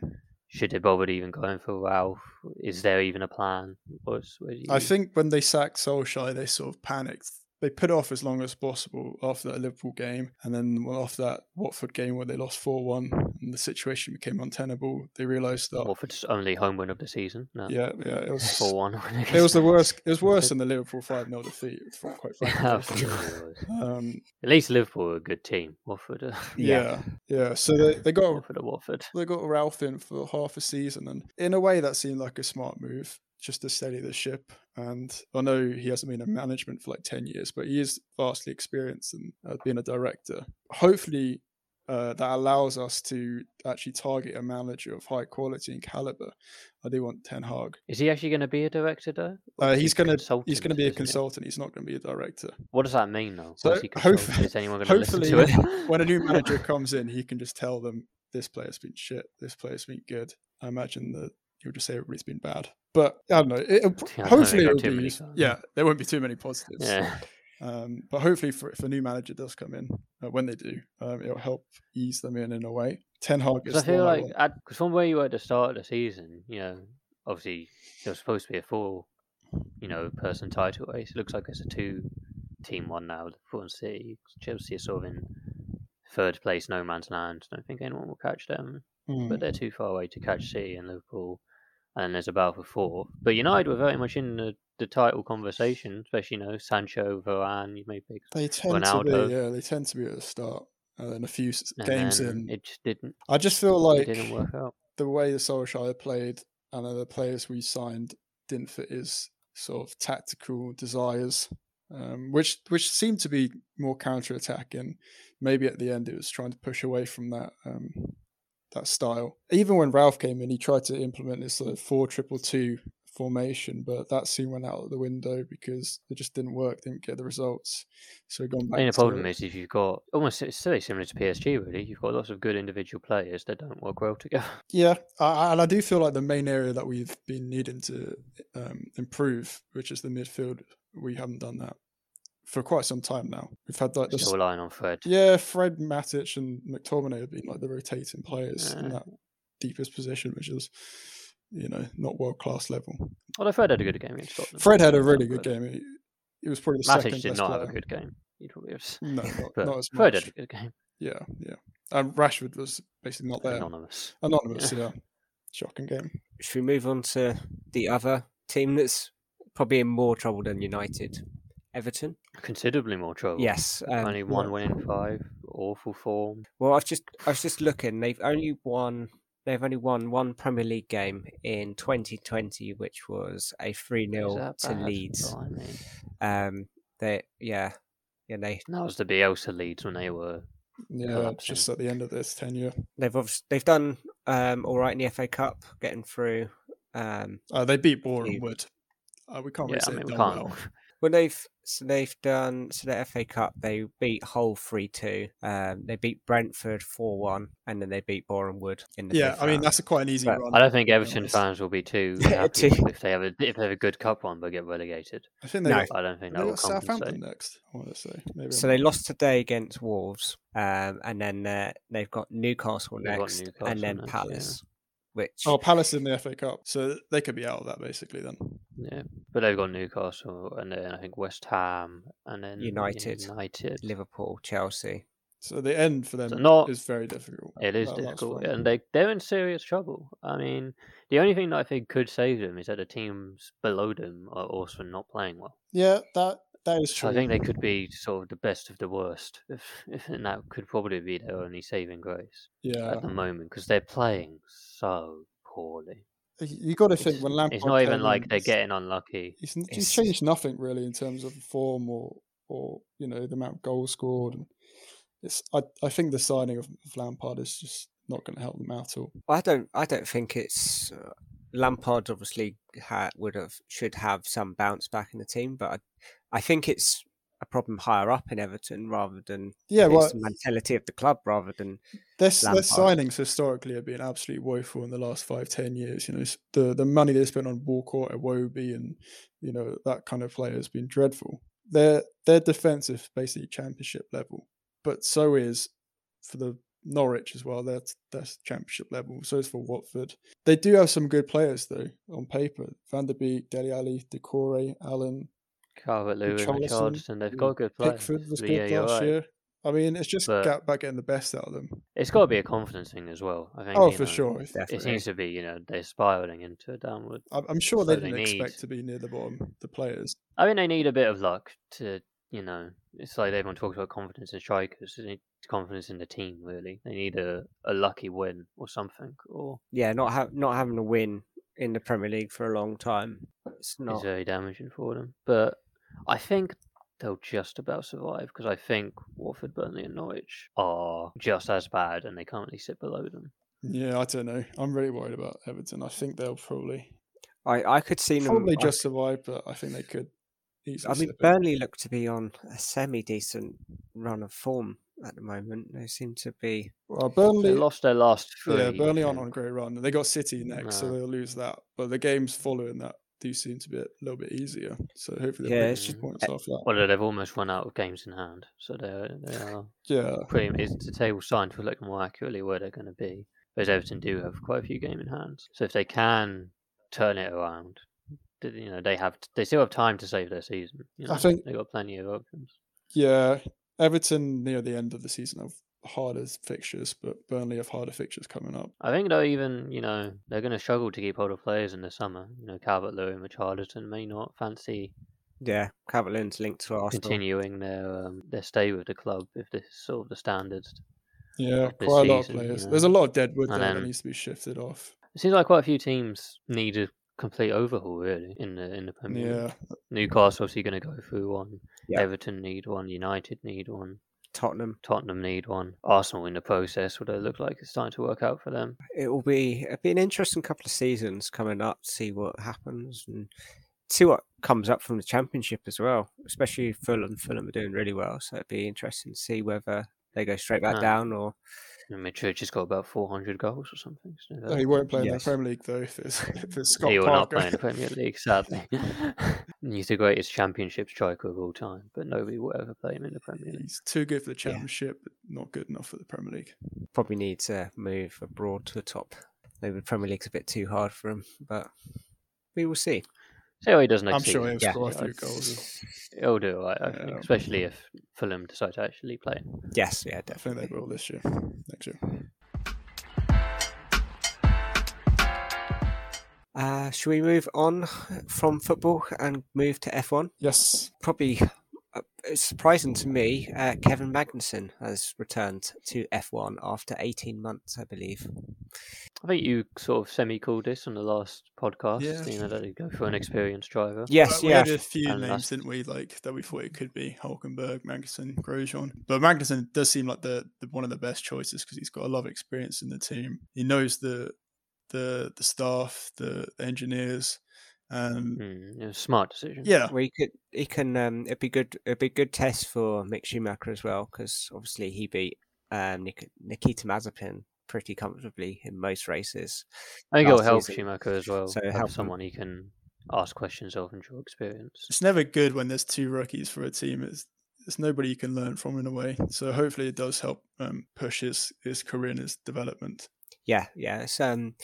C: should they bother even going for Ralph? Is there even a plan? What's, where do you,
B: I think when they sacked Solskjaer, they sort of panicked. They put it off as long as possible after that Liverpool game, and then well, after that Watford game where they lost four one and the situation became untenable, they realised that
C: Watford's only home win of the season. No,
B: yeah, yeah, it was
C: four one.
B: it was the worst. It was worse than the Liverpool five 0 defeat. fr- Quite frankly.
C: Absolutely. it was.
B: um,
C: At least Liverpool are a good team. Watford, uh, are-
B: yeah, yeah. So they, they got
C: Watford, are Watford.
B: they got Ralph in for half a season, and in a way, that seemed like a smart move just to steady the ship. And I know he hasn't been in management for like ten years, but he is vastly experienced in uh, being a director. Hopefully, uh, that allows us to actually target a manager of high quality and caliber. I do want Ten Hag.
C: Is he actually going to be a director though? Or
B: Uh,
C: is he
B: he's gonna he's
C: consultant,
B: gonna be a
C: isn't he?
B: consultant. He's not gonna be a director.
C: What does that mean though?
B: So,
C: is he consultant?
B: hopefully-
C: is anyone going to listen to
B: hopefully
C: it?
B: when a new manager comes in, he can just tell them this player's been shit, this player's been good. I imagine that he'll just say everybody's been bad. But I don't know. It'll,
C: Yeah, I don't
B: hopefully,
C: think
B: it'll
C: there are too
B: be
C: many
B: use-
C: cons.
B: yeah. There won't be too many positives.
C: yeah,
B: Um, but hopefully, for, if a new manager does come in, uh, when they do, um, it'll help ease them in in a way. Ten Hag is
C: because
B: the
C: I feel
B: one I
C: like
B: want.
C: because from where you were at the start of the season, you know, obviously there was supposed to be a four, you know, person title race. It looks like it's a two-team one now. Liverpool and City, Chelsea are sort of in third place, no man's land. Don't think anyone will catch them.
B: Hmm.
C: but they're too far away to catch City and Liverpool. And there's a battle for fourth. But United were very much in the, the title conversation, especially, you know, Sancho, Varane, you may pick.
B: they tend to
C: Ronaldo.
B: be yeah, they tend to be at the start, uh, and then a few s-
C: And
B: games
C: then
B: in.
C: It just didn't,
B: I just feel
C: it
B: like
C: didn't work out.
B: the way the Solskjaer played and then the players we signed didn't fit his sort of tactical desires, um, which which seemed to be more counter attacking. Maybe at the end it was trying to push away from that um, that style. Even when Ralph came in, he tried to implement this sort of four triple two formation, but that soon went out of the window because it just didn't work. Didn't get the results, so we've gone
C: I
B: back.
C: think the
B: to
C: problem is if you've got almost it's very similar to PSG, really. You've got lots of good individual players that don't work well together.
B: Yeah, I- I, and I do feel like the main area that we've been needing to um, improve, which is the midfield, we haven't done that for quite some time now. We've had like this.
C: Still relying on Fred.
B: Yeah, Fred Matic and McTominay have been like the rotating players in
C: Yeah.
B: that deepest position, which is, you know, not world class level.
C: Although Fred had a good game against Scotland.
B: Fred had a
C: That's
B: really
C: not
B: good
C: good.
B: game. He, he was probably the
C: Matic
B: second
C: did
B: best
C: not
B: player.
C: have a good game. You'd probably have to-
B: No, not,
C: But
B: not as
C: Fred
B: much.
C: had a good game.
B: Yeah, yeah. And Rashford was basically not there.
C: Anonymous.
B: Anonymous,
C: Yeah.
B: yeah. Shocking game.
A: Should we move on to the other team that's probably in more trouble than United? Everton.
C: Considerably more trouble.
A: Yes. Um,
C: Only one win in five. Awful form.
A: Well, I've just I was just looking. They've only won. They've only won one Premier League game in 2020, which was a 3
C: Is
A: 0
C: that
A: to
C: bad?
A: Leeds.
C: Blimey.
A: Um, they yeah, yeah. They
C: And That was the Bielsa Leeds when they were.
B: Yeah,
C: Collapsing.
B: just at the end of this tenure.
A: they've obviously, they've done um all right in the FA Cup, getting through. Um,
B: Uh, they beat
A: Yeah.
B: Boreham Wood. Uh, we can't
C: yeah,
B: really
C: I
B: say
C: mean,
B: it
C: we
B: done
C: can't.
B: well.
A: Well, they've so they've done so the FA Cup. They beat Hull three two. Um, they beat Brentford four one, and then they beat Boreham Wood in the
B: Yeah,
A: fifth
B: I mean
A: round.
B: that's a quite an easy
A: But
B: run.
C: I don't think Everton
B: honest.
C: fans will be too
A: Yeah,
C: happy
A: too.
C: if they have a if they have a good cup one but get relegated.
B: I think they
A: No.
B: got,
C: I don't think
B: they
C: that will
B: got Southampton
C: compensate.
B: next. I want to say maybe.
A: so
B: I'm
A: they
B: wrong.
A: lost today against Wolves, um, and then uh, they've got Newcastle
C: They've got
A: next,
C: Newcastle
A: and then
C: next, yeah.
A: Palace. which
B: Oh, Palace in the FA Cup, so they could be out of that basically then.
C: Yeah, but they've got Newcastle and then I think West Ham and then
A: United.
C: United.
A: Liverpool, Chelsea.
B: So the end for them
C: So not-
B: is very difficult.
C: It is
B: That last
C: difficult,
B: one.
C: and they they're in serious trouble. I mean, the only thing that I think could save them is that the teams below them are also not playing well.
B: Yeah, that that is
C: So
B: true.
C: I think they could be sort of the best of the worst, if, and that could probably be their only saving grace
B: Yeah,
C: at the moment because they're playing so poorly.
B: you got to think
C: It's-
B: when Lampard.
C: It's not even
B: came
C: like
B: in,
C: they're
B: it's-
C: getting unlucky.
B: He's, n- he's
A: It's-
B: changed nothing really in terms of form or or you know the amount of goals scored. And it's I I think the signing of, of Lampard is just not going to help them at all.
A: I don't. I don't think it's uh, Lampard. Obviously, ha, would have should have some bounce back in the team, but I, I think it's a problem higher up in Everton rather than
B: Yeah, well,
A: it's the mentality of the club rather than
B: their, s- their
A: Lampard.
B: signings historically have been absolutely woeful in the last five ten years. You know s- the the money they spent on Walcott, Iwobi, and you know that kind of player has been dreadful. Their their defense is basically championship level, but so is for the Norwich as well. That's that's championship level. So is for Watford. They do have some good players though on paper. Van der Beek, Deli Ali, Decore, Allen,
C: Calvert Lewin,
B: Richarlison,
C: Richardson, they've
B: yeah,
C: got good players.
B: Pickford was
C: but
B: good
C: yeah, you're
B: last
C: right.
B: year. I mean, it's just
C: But-
B: get- about getting the best out of them.
C: It's got to be a confidence thing as well. I uh, think.
B: Oh,
C: you
B: for
C: know,
B: sure.
C: It
A: definitely.
C: seems to be you know they're spiraling into a downward
B: I'm, I'm sure they
C: So they
B: didn't
C: need-
B: expect to be near the bottom. The players,
C: I mean, they need a bit of luck to, you know, it's like everyone talks about confidence in strikers. They need confidence in the team, really. They need a, a lucky win or something, or
A: yeah, not ha- not having a win in the Premier League for a long time. It's
C: is
A: not.
C: very damaging for them. But I think they'll just about survive because I think Watford, Burnley, and Norwich are just as bad, and they currently sit below them.
B: yeah, I don't know. I'm really worried about Everton. I think they'll probably
A: I I could see them
B: probably
A: I-
B: just survive, but I think they could
A: I
B: easily.
A: mean,
B: slip in.
A: Burnley look to be on a semi decent run of form at the moment. They seem to be.
B: Well,
C: They
B: Burnley,
C: lost their last three.
B: yeah, Burnley aren't
C: and-
B: on a great run. They got City next, so
C: No.
B: they'll lose that. But the games following that do seem to be a little bit easier. So hopefully, they'll
A: Yeah,
B: pick
A: it's
B: up
C: just-
B: points after that.
C: Although they've almost run out of games in hand, so they are- they are
B: Yeah,
C: pretty much it's the table signed to look more accurately where they're going to be. Whereas Everton do have quite a few game in hand, so if they can turn it around, th- you know they have they still have time to save their season. You
B: I
C: know,
B: think-
C: they got plenty of options.
B: yeah. Everton near the end of the season have harder fixtures, but Burnley have harder fixtures coming up.
C: I think they'll even you know they're going to struggle to keep hold of players in the summer. You know Calvert Lewin, Richarlison may not fancy
A: Yeah, Cavaliers linked to Arsenal.
C: continuing their um, their stay with the club if this is sort of the standards.
B: Yeah,
C: this
B: quite a lot of
C: season, you
B: players.
C: know.
B: There's a lot of dead wood
C: And
B: there that
C: then-
B: needs to be shifted off.
C: It seems like quite a few teams need a complete overhaul really in the in the Premier League.
B: Yeah,
C: Newcastle obviously going to go through one.
A: Yeah.
C: Everton need one. United need one.
A: Tottenham.
C: Tottenham need one. Arsenal in the process, although it looks like it's starting to work out for them.
A: It will be it'll be an interesting couple of seasons coming up. See what happens and see what comes up from the Championship as well. Especially Fulham. Fulham are doing really well, so it'd be interesting to see whether they go straight back
C: Ah.
A: down or
C: And Madrid has got about 400 goals or something. So
B: Oh, he won't play in
A: Yes.
B: the Premier League though. If it's, if it's Scott
C: he will not
B: Parker,
C: play in the Premier League, sadly. And He's the greatest championship striker of all time, but nobody will ever play him in the Premier League.
B: he's too good for the Championship, but not good enough for the Premier League.
A: probably needs a move abroad to the top. Maybe the Premier League's a bit too hard for him, but we will see.
C: So he doesn't
B: I'm sure he'll
A: yeah.
B: score a few
C: I'd-
B: goals.
C: He'll do alright, I
B: Yeah.
C: think, especially if Fulham decide to actually play him.
A: Yes, yeah,
B: I think they
A: definitely.
B: will this year, next year.
A: Uh, should we move on from football and move to F1?
B: Yes,
A: Probably uh, it's surprising to me, uh, Kevin Magnussen has returned to F1 after 18 months, I believe.
C: I think you sort of semi called this on the last podcast,
B: Yeah.
C: you know, that he'd go for an experienced driver.
A: Yes,
B: we
A: yeah.
B: had a few
C: And
B: names,
C: that's-
B: didn't we? Like that we thought it could be Hulkenberg, Magnussen, Grosjean. But Magnussen does seem like the, the one of the best choices because he's got a lot of experience in the team. He knows the the the staff, the, the engineers, and
C: Mm, it was a smart decision.
B: yeah,
A: Well, he could, he can. Um, it'd be good. It'd be a good test for Mick Schumacher as well, because obviously he beat um, Nik- Nikita Mazepin pretty comfortably in most races.
C: I think it'll
A: last
C: help
A: season.
C: Schumacher as well.
A: So
C: So
A: help him.
C: help someone he can ask questions of and draw experience.
B: it's never good when there's two rookies for a team. It's it's nobody you can learn from in a way. So hopefully it does help um, push his, his career and his development.
A: Yeah, yeah. It's, um,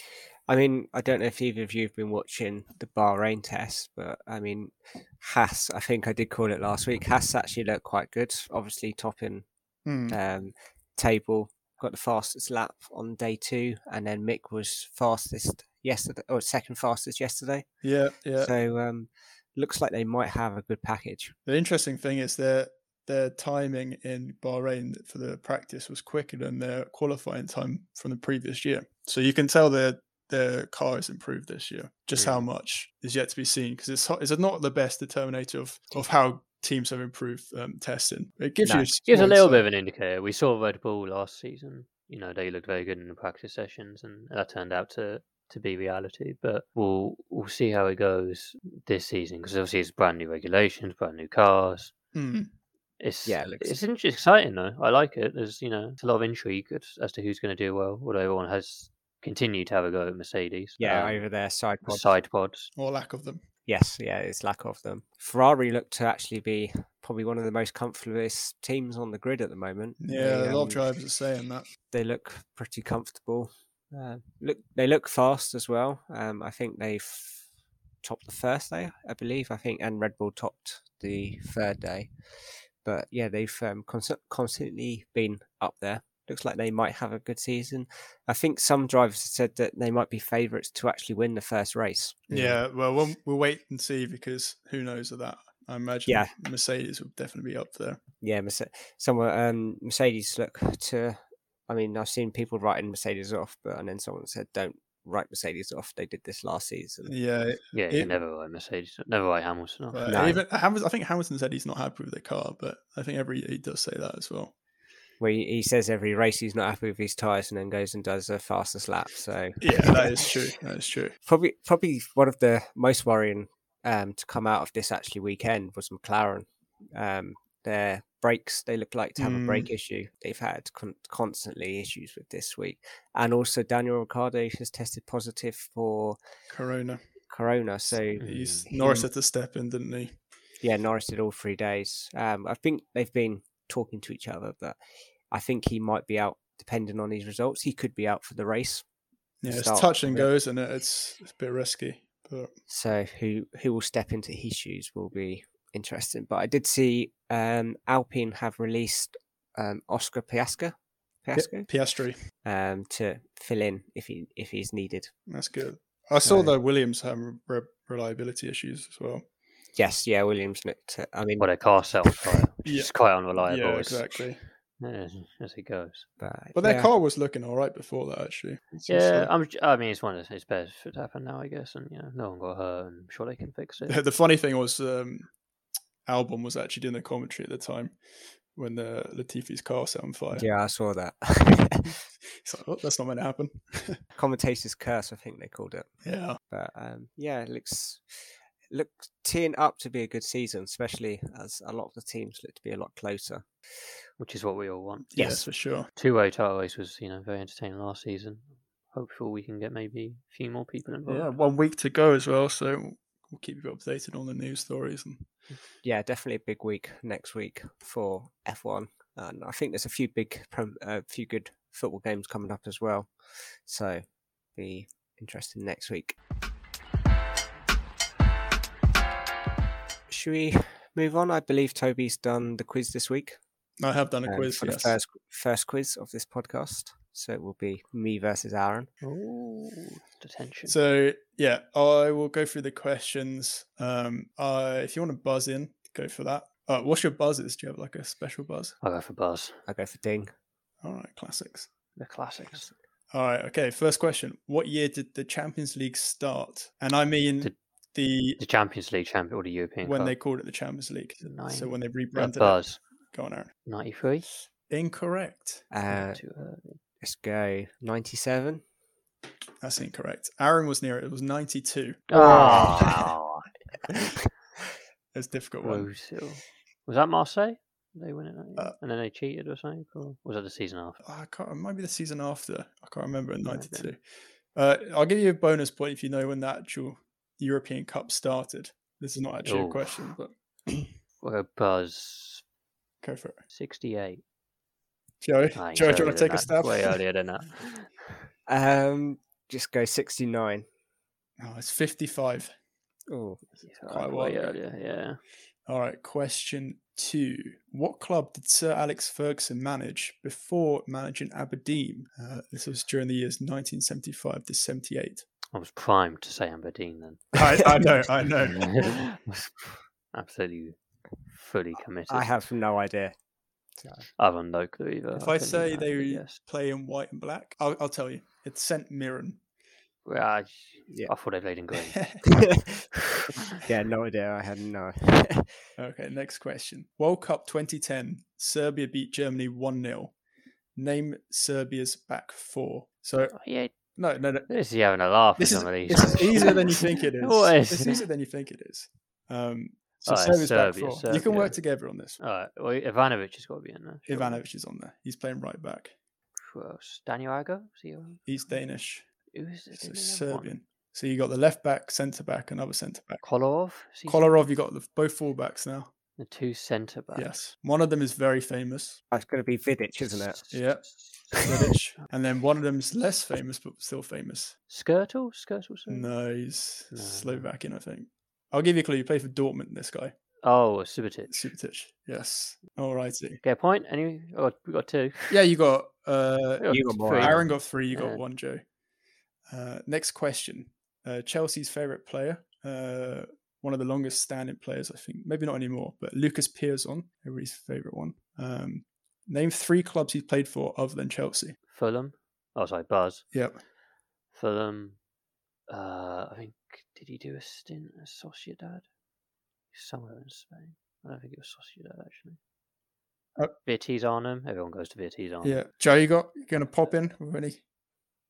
A: I I mean, I don't know if either of you have been watching the Bahrain test, but I mean, Haas, I think I did call it last week. Haas actually looked quite good, obviously topping
B: Hmm.
A: um, table. Got the fastest lap on day two, and then Mick was fastest yesterday, or second fastest yesterday.
B: Yeah, yeah.
A: So um, looks like they might have a good package. uh,
B: The interesting thing is their their timing in Bahrain for the practice was quicker than their qualifying time from the previous year. So you can tell their their car has improved this year.
C: Hmm.
B: Just how much is yet to be seen because it's ho- it's not the best determinator of of how teams have improved um, testing. It gives
A: No.
B: you
C: Gives a
B: more
C: little
B: insight.
C: bit of an indicator. We saw Red Bull last season. You know, they looked very good in the practice sessions, and that turned out to to be reality. But we'll we'll see how it goes this season because obviously it's brand new regulations, brand new cars.
B: Hmm.
C: It's
A: Yeah,
C: yeah,
A: it looks-
C: it's inter- exciting though. I like it. There's you know it's a lot of intrigue as- as to who's going to do well. Although everyone has continued to have a go at Mercedes.
A: Yeah,
C: um,
A: over there, side pod.
C: side pods.
B: or lack of them.
A: Yes, yeah, it's lack of them. Ferrari look to actually be probably one of the most comfortable teams on the grid at the moment.
B: Yeah,
A: They,
B: a lot
A: um,
B: of drivers are saying that.
A: They look pretty comfortable. Uh, look, they look fast as well. Um, I think they've topped the first day, I believe. I think, and Red Bull topped the third day. But yeah, they've um, const- constantly been up there. Looks like they might have a good season. I think some drivers said that they might be favourites to actually win the first race.
B: Yeah, well, we'll we'll wait and see because who knows of that. I imagine
A: Yeah.
B: Mercedes would definitely be up there.
A: yeah, Merce- someone um, Mercedes look to. I mean, I've seen people writing Mercedes off, but and then someone said, "Don't write Mercedes off." They did this last season.
B: Yeah,
C: Yeah, you
B: It-
C: can never write Mercedes. Never write Hamilton. off.
B: But
A: No.
B: even Hamilton, I think Hamilton said he's not happy with the car, but I think every he does say that as well.
A: Where he he says every race he's not happy with his tyres, and then goes and does the fastest lap. So
B: Yeah, that is true. That is true.
A: probably probably one of the most worrying um, to come out of this actually weekend was McLaren. Um, their brakes they look like to have a
B: Mm.
A: brake issue. They've had con- constantly issues with this week, and also Daniel Ricciardo has tested positive for
B: Corona.
A: corona. So
B: He's
A: Mm.
B: Norris
A: Him-
B: had to step in, didn't he?
A: yeah, Norris did all three days. Um, I think they've been talking to each other, but I think he might be out depending on his results. He could be out for the race.
B: Yeah, it's
A: Start
B: touch and
A: with-
B: goes, and it- it's it's a bit risky. But
A: So who who will step into his shoes will be interesting. But I did see um, Alpine have released um, Oscar Piasca, Piasco
B: Piastri,
A: um, to fill in if he if he's needed.
B: that's good. I saw
A: No.
B: that Williams had re- reliability issues as well.
A: Yes, yeah, Williams. looked- I mean,
C: What a car set on fire, which
B: Yeah.
C: is quite
A: Oh,
C: unreliable.
B: yeah,
C: as-
B: exactly.
C: As, as it goes.
A: but,
B: But their
A: yeah.
B: car was looking all right before that, actually. So-
C: Yeah, I'm, j- I mean, it's one of his best should happen now, I guess, and you know, no one got hurt, and I'm sure they
B: Mm.
C: can fix it.
B: the funny thing was um, Albon was actually doing the commentary at the time when the Latifi's car set on fire.
A: yeah, I saw that.
B: It's like, oh, that's not meant to happen.
A: Commentator's curse, I think they called it.
B: Yeah.
A: but um, yeah, it looks look teeing up to be a good season, especially as a lot of the teams look to be a lot closer.
C: which is what we all want.
B: Yes,
A: Yes.
B: for sure.
C: Two-way title race was, you know, very entertaining last season. Hopeful we can get maybe a few more people involved.
B: Yeah, one week to go as well, so we'll keep you updated on the news stories. And
A: Yeah, definitely a big week next week for F1, and I think there's a few big, a uh, few good football games coming up as well. So be interesting next week. Should we move on? I believe Toby's done the quiz this week.
B: I have done a
A: um,
B: quiz.
A: for the
B: yes.
A: first first quiz of this podcast. So it will be me versus Aaron.
C: Ooh, detention.
B: So yeah, I will go through the questions. Um, I if you want to buzz in, go for that. Uh, what's your buzzes? Do you have like a special buzz?
C: I'll go for Buzz.
A: I'll go for Ding.
B: All right, classics.
C: The classics.
B: All right, okay. First question: What year did the Champions League start? And I mean
C: Did-
B: the
C: The Champions League champion or the European
B: when
C: Cup.
B: they called it the Champions League. So
C: Nine.
B: when they
C: Uh,
B: rebranded it.
C: Buzz.
B: Go on, Aaron.
C: 93?
B: Incorrect.
A: Uh,
C: Too early.
A: let's go 97.
B: That's incorrect. Aaron was near it. It was ninety-two.
C: Oh,
B: It's a difficult one.
C: Rose Hill. Was that Marseille? They win it, that year?
B: Uh,
C: and then they cheated or something. Or was that the season after?
B: I can't. It might be the season after. I can't remember. In
C: Might have
B: '92. Uh, I'll give you a bonus point if you know when the actual European Cup started. This is not actually
C: Oof.
B: a question, but
C: Well, Buzz
B: go for it,
C: sixty-eight.
B: Joe.
C: Ah, he's
B: Joe, do you want to
C: earlier than
B: take a
C: that.
B: stab?
C: Way earlier than that.
A: Um, just go 69.
B: Oh, it's 55.
A: Oh,
B: Quite a
C: way
B: while ago.
C: earlier, yeah.
B: All right, question two. What club did Sir Alex Ferguson manage before managing Aberdeen? Uh, this was during the years 1975 to 78.
C: I was primed to say Aberdeen then.
B: I, I know, I know.
C: I was Absolutely, fully committed.
A: I have no idea.
C: I've got no clue either.
B: If I
C: couldn't
B: say
C: have
B: they
C: guessed.
B: play in white and black, I'll, I'll tell you. It's St. Mirren.
C: Well, I,
A: Yeah.
C: I thought they played in green.
A: yeah, no idea. I had no.
B: Okay, next question. World Cup 2010, Serbia beat Germany 1 0. Name Serbia's back four. So,
C: Oh, yeah,
B: no, no, no.
C: this is you having a laugh.
B: This
C: with
B: is,
C: some of these.
B: this is easier than you think it is.
C: What is
B: It's easier than you think it is. Um, so,
C: Oh, it's
B: Serbia's back
C: Serbia,
B: four. You can
C: Serbia.
B: work together on this.
C: All right, well, Ivanovic has got to be in there. surely.
B: Ivanovic is on there. He's playing right back.
C: Who else? Danyago? Is he on?
B: He's Danish.
C: Who is this?
B: So, Serbian. So, you got the left back, centre back, another centre back.
C: Kolarov? Is he-
B: Kolarov, you got the, both full backs now.
C: The two centre backs.
B: Yes. One of them is very famous.
A: It's going to be Vidic, isn't it?
B: Yeah. Vidic. and then one of them's less famous, but still famous.
C: Skirtle? Skirtle? sorry?
B: No, he's
C: Hmm. No, no.
B: Slovakian, I think. I'll give you a clue. He played for Dortmund, this guy.
C: Oh, Subotic.
B: Subotic. Yes. All righty.
C: Get a point? Any? Oh, we got two.
B: Yeah, you got uh,
C: We got
A: You got more,
C: three.
A: Aaron.
B: Aaron got three, you got
C: Yeah.
B: one, Joe. Uh, next question. Uh, Chelsea's favourite player, uh, one of the longest standing players, I think. Maybe not anymore, but Lucas Pierson, everybody's favourite one. Um, name three clubs he's played for other than Chelsea.
C: Fulham. Oh, sorry, Buzz.
B: Yep.
C: Fulham. Uh, I think did he do a stint at Sociedad? Somewhere in Spain. I don't think it was Sociedad actually.
B: Oh.
C: Betis Arnhem. Everyone goes to Betis Arnhem.
B: Yeah. Joe, you got going to pop in with any?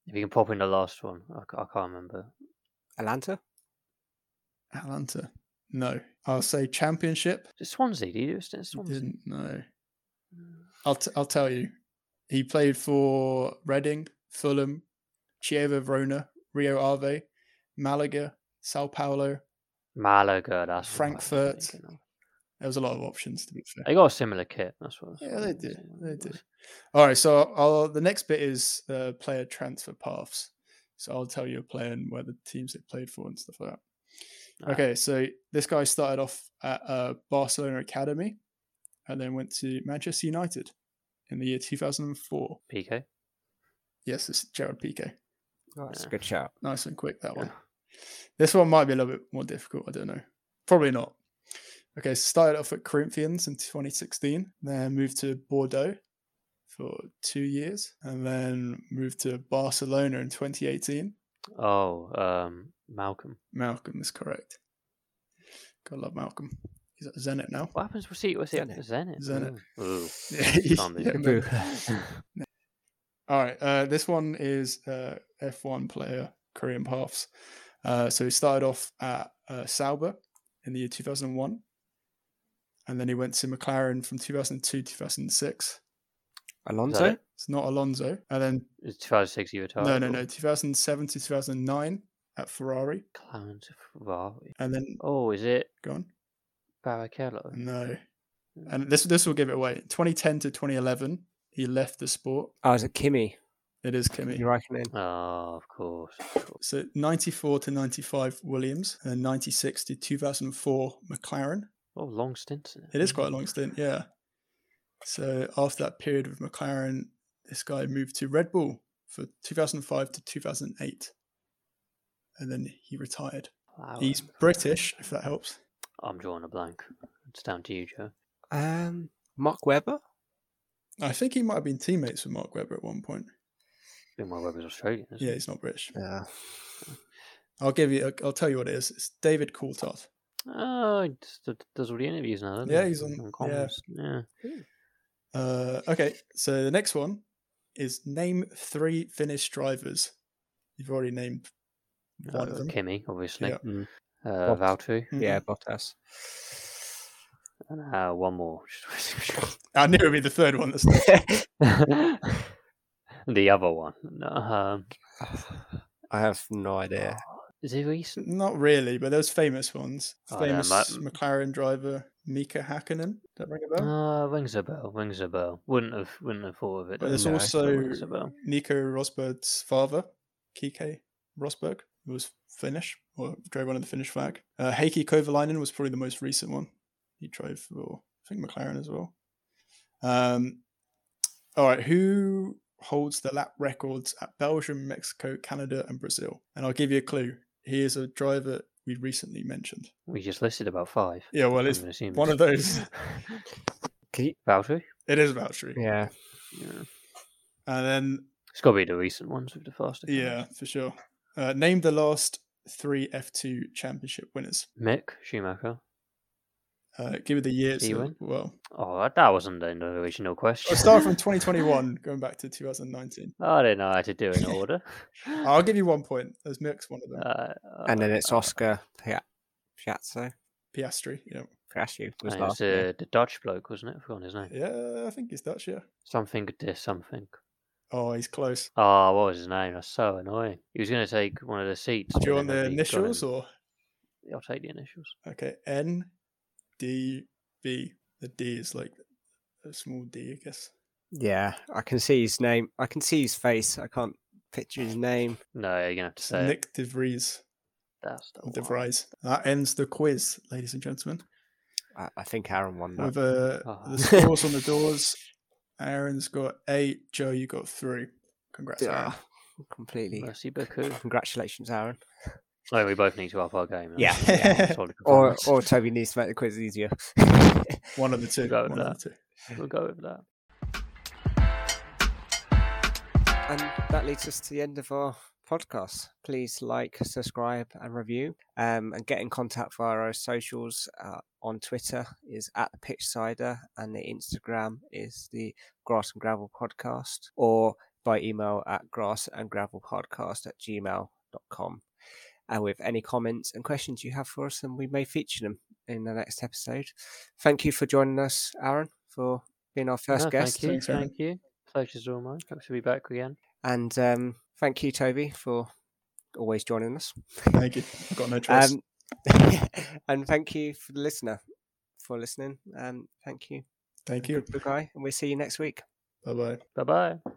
C: If you can pop in the last one, I, ca- I can't remember.
A: Atlanta?
B: Atlanta. No. I'll say championship.
C: Did Swansea? Did he do a stint at Swansea? Mm.
B: Didn't know. I'll, t- I'll tell you. He played for Reading, Fulham, Chievo Verona, Rio Ave, Malaga, Sao Paulo.
C: Malaga. That's what I was
B: Frankfurt.
C: thinking of.
B: There was a lot of options to be fair.
C: They got a similar kit. That's what. that's
B: Yeah,
C: what
B: they
C: I'm
B: did,
C: saying,
B: they
C: it
B: did.
C: was.
B: All right, so I'll, the next bit is uh, player transfer paths. So I'll tell you a player and where the teams they played for and stuff like that.
C: Alright.
B: Okay, so this guy started off at uh, Barcelona Academy and then went to Manchester United in the year 2004.
C: PK.
B: Yes, it's Gerard Piqué.
A: Oh, that's
C: Yeah.
A: a good shout.
B: Nice and quick, that one.
C: Yeah.
B: This one might be a little bit more difficult. I don't know. Probably not. Okay, so started off at Corinthians in 2016, then moved to Bordeaux for two years, and then moved to Barcelona in 2018.
C: Oh, um, Malcolm.
B: Malcolm is correct. God love Malcolm. He's at Zenit now.
C: What happens? We'll see. We'll see.
A: Zenit.
C: Zenit.
B: Zenit.
C: Ooh. Ooh. Can't be.
B: Yeah, man.
A: Boo.
B: All right. Uh, this one is uh, F1 player Korean paths. Uh, so he started off at uh, Sauber in the year 2001, and then he went to McLaren from 2002 2006.
A: Alonso?
C: it?
B: It's not Alonso, and then
C: It's 2006 you retired.
B: no, no,
C: or-
B: no, 2007 to 2009 at Ferrari,
C: Clarence Ferrari.
B: and then
C: Oh, is it
B: gone.
C: Barrichello?
B: No, and this this will give it away. 2010 to 2011, he left the sport.
A: Oh, is it Kimmy?
B: It is Kimi.
A: You reckon it?
C: Oh, of course. of course.
B: So 94 to 95 Williams and 96 to 2004 McLaren.
C: Oh, long stint. in
B: It is quite a long stint, yeah. So after that period with McLaren, this guy moved to Red Bull for 2005 to 2008. And then he retired.
C: Wow.
B: He's British, if that helps.
C: I'm drawing a blank. It's down to you, Joe.
A: Um, Mark Webber?
B: I think he might have been teammates with Mark Webber at one point.
C: Been my Webber's Australian. isn't
B: Yeah,
C: it?
B: he's not British.
A: Yeah.
B: I'll give you. I'll tell you what it is. It's David Coulthard.
C: Oh, he just d- does all the interviews now. Doesn't
B: Yeah,
C: he?
B: he's on-
C: comms. Yeah.
B: Uh, okay, so the next one is name three Finnish drivers. You've already named one
C: Uh,
B: of them.
C: Kimmy, obviously.
B: Yeah.
A: Mm.
C: Uh,
A: Bolt.
C: Valtteri.
B: Mhm.
A: Yeah, Bottas.
C: And uh, one more.
B: I knew it would be the third one. That's not...
C: the other one. No, um, oh,
A: I have no idea.
C: is it recent?
B: not really, but those famous ones.
C: Oh, yeah,
B: famous
C: Ma-
B: McLaren driver Mika Hakkinen. Does that ring a bell?
C: Uh, rings a bell. Rings a bell. Wouldn't have. Wouldn't have thought of it.
B: but there's
C: though,
A: no,
C: but
B: also
C: rings a bell.
B: Nico Rosberg's father, Kike Rosberg, who was Finnish or drove under the Finnish flag. Uh, Heikki Kovalainen was probably the most recent one. He drove for I think McLaren as well. Um, all right, who holds the lap records at Belgium, Mexico, Canada, and Brazil? And I'll give you a clue. He is a driver we recently mentioned.
C: We just listed about five.
B: Yeah, well, it's
C: I'm gonna assume
B: one of those.
A: Can you,
C: Valtteri.
B: It is Valtteri.
A: yeah.
C: Yeah.
B: And then
C: It's got to be the recent ones with the faster. cars.
B: Yeah, for sure. Uh, name the last three F2 championship winners.
C: Mick Schumacher.
B: Uh, give it the years. as
C: Ewan?
B: Well,
C: Oh, that, that wasn't an original question.
B: I'll start from 2021, going back to 2019.
C: I don't know how to do an order.
B: I'll give you one point. There's Mick's one of them.
C: Uh,
A: And then it's Oscar Pia- Piazza.
B: Piastri. Yeah.
A: Piastri was
C: and it was
A: last. year.
C: the, the Dutch bloke, wasn't it? I forgot his name.
B: yeah, I think he's Dutch, yeah.
C: Something dis something.
B: Oh, he's close.
C: Oh, what was his name? That's so annoying. He was going to take one of the seats.
B: Do
C: but
B: you want
C: then
B: the
C: I think he's gone
B: initials
C: and-
B: or?
C: I'll take the initials.
B: Okay, N, D, B. The D is like a small D, I guess.
A: Yeah, I can see his name. I can see his face. I can't picture his name.
C: No, you're going to have to
B: It's
C: say it.
B: Nick De Vries.
C: That's the
B: De
C: one.
B: Vries. That ends the quiz, ladies and gentlemen.
A: I, I think Aaron won that.
B: with uh,
A: Oh.
C: Ah.
B: the scores on the doors. Aaron's got eight. Joe, you got three. Congrats, Aaron.
A: Yeah, completely.
C: Merci beaucoup.
A: Congratulations, Aaron.
C: Oh, we both need to up our game.
A: Yeah.
C: solid
A: Or
C: performance.
A: or Toby needs to make the quiz easier.
B: One of the two.
C: Go with
B: One of the two.
C: we'll go with that.
A: And that leads us to the end of our podcast. Please like, subscribe, and review. Um, and get in contact via our socials. Uh, on Twitter is at the Pitch Cider, and the Instagram is the Grass and Gravel Podcast, or by email at grass and gravel podcast at gmail.com. And with any comments and questions you have for us, and we may feature them in the next episode. Thank you for joining us, Aaron, for being our first
C: No,
A: guest.
C: Thank you.
B: Thanks, Aaron.
C: Thank you. Pleasure's all mine. Hope to be back again.
A: And um, thank you, Toby, for always joining us.
B: Thank you. I've got no choice.
A: Um, and thank you for the listener for listening. Um, thank you,
B: Thank you.
A: good guy, and we'll see you next week.
B: Bye bye.
C: Bye bye.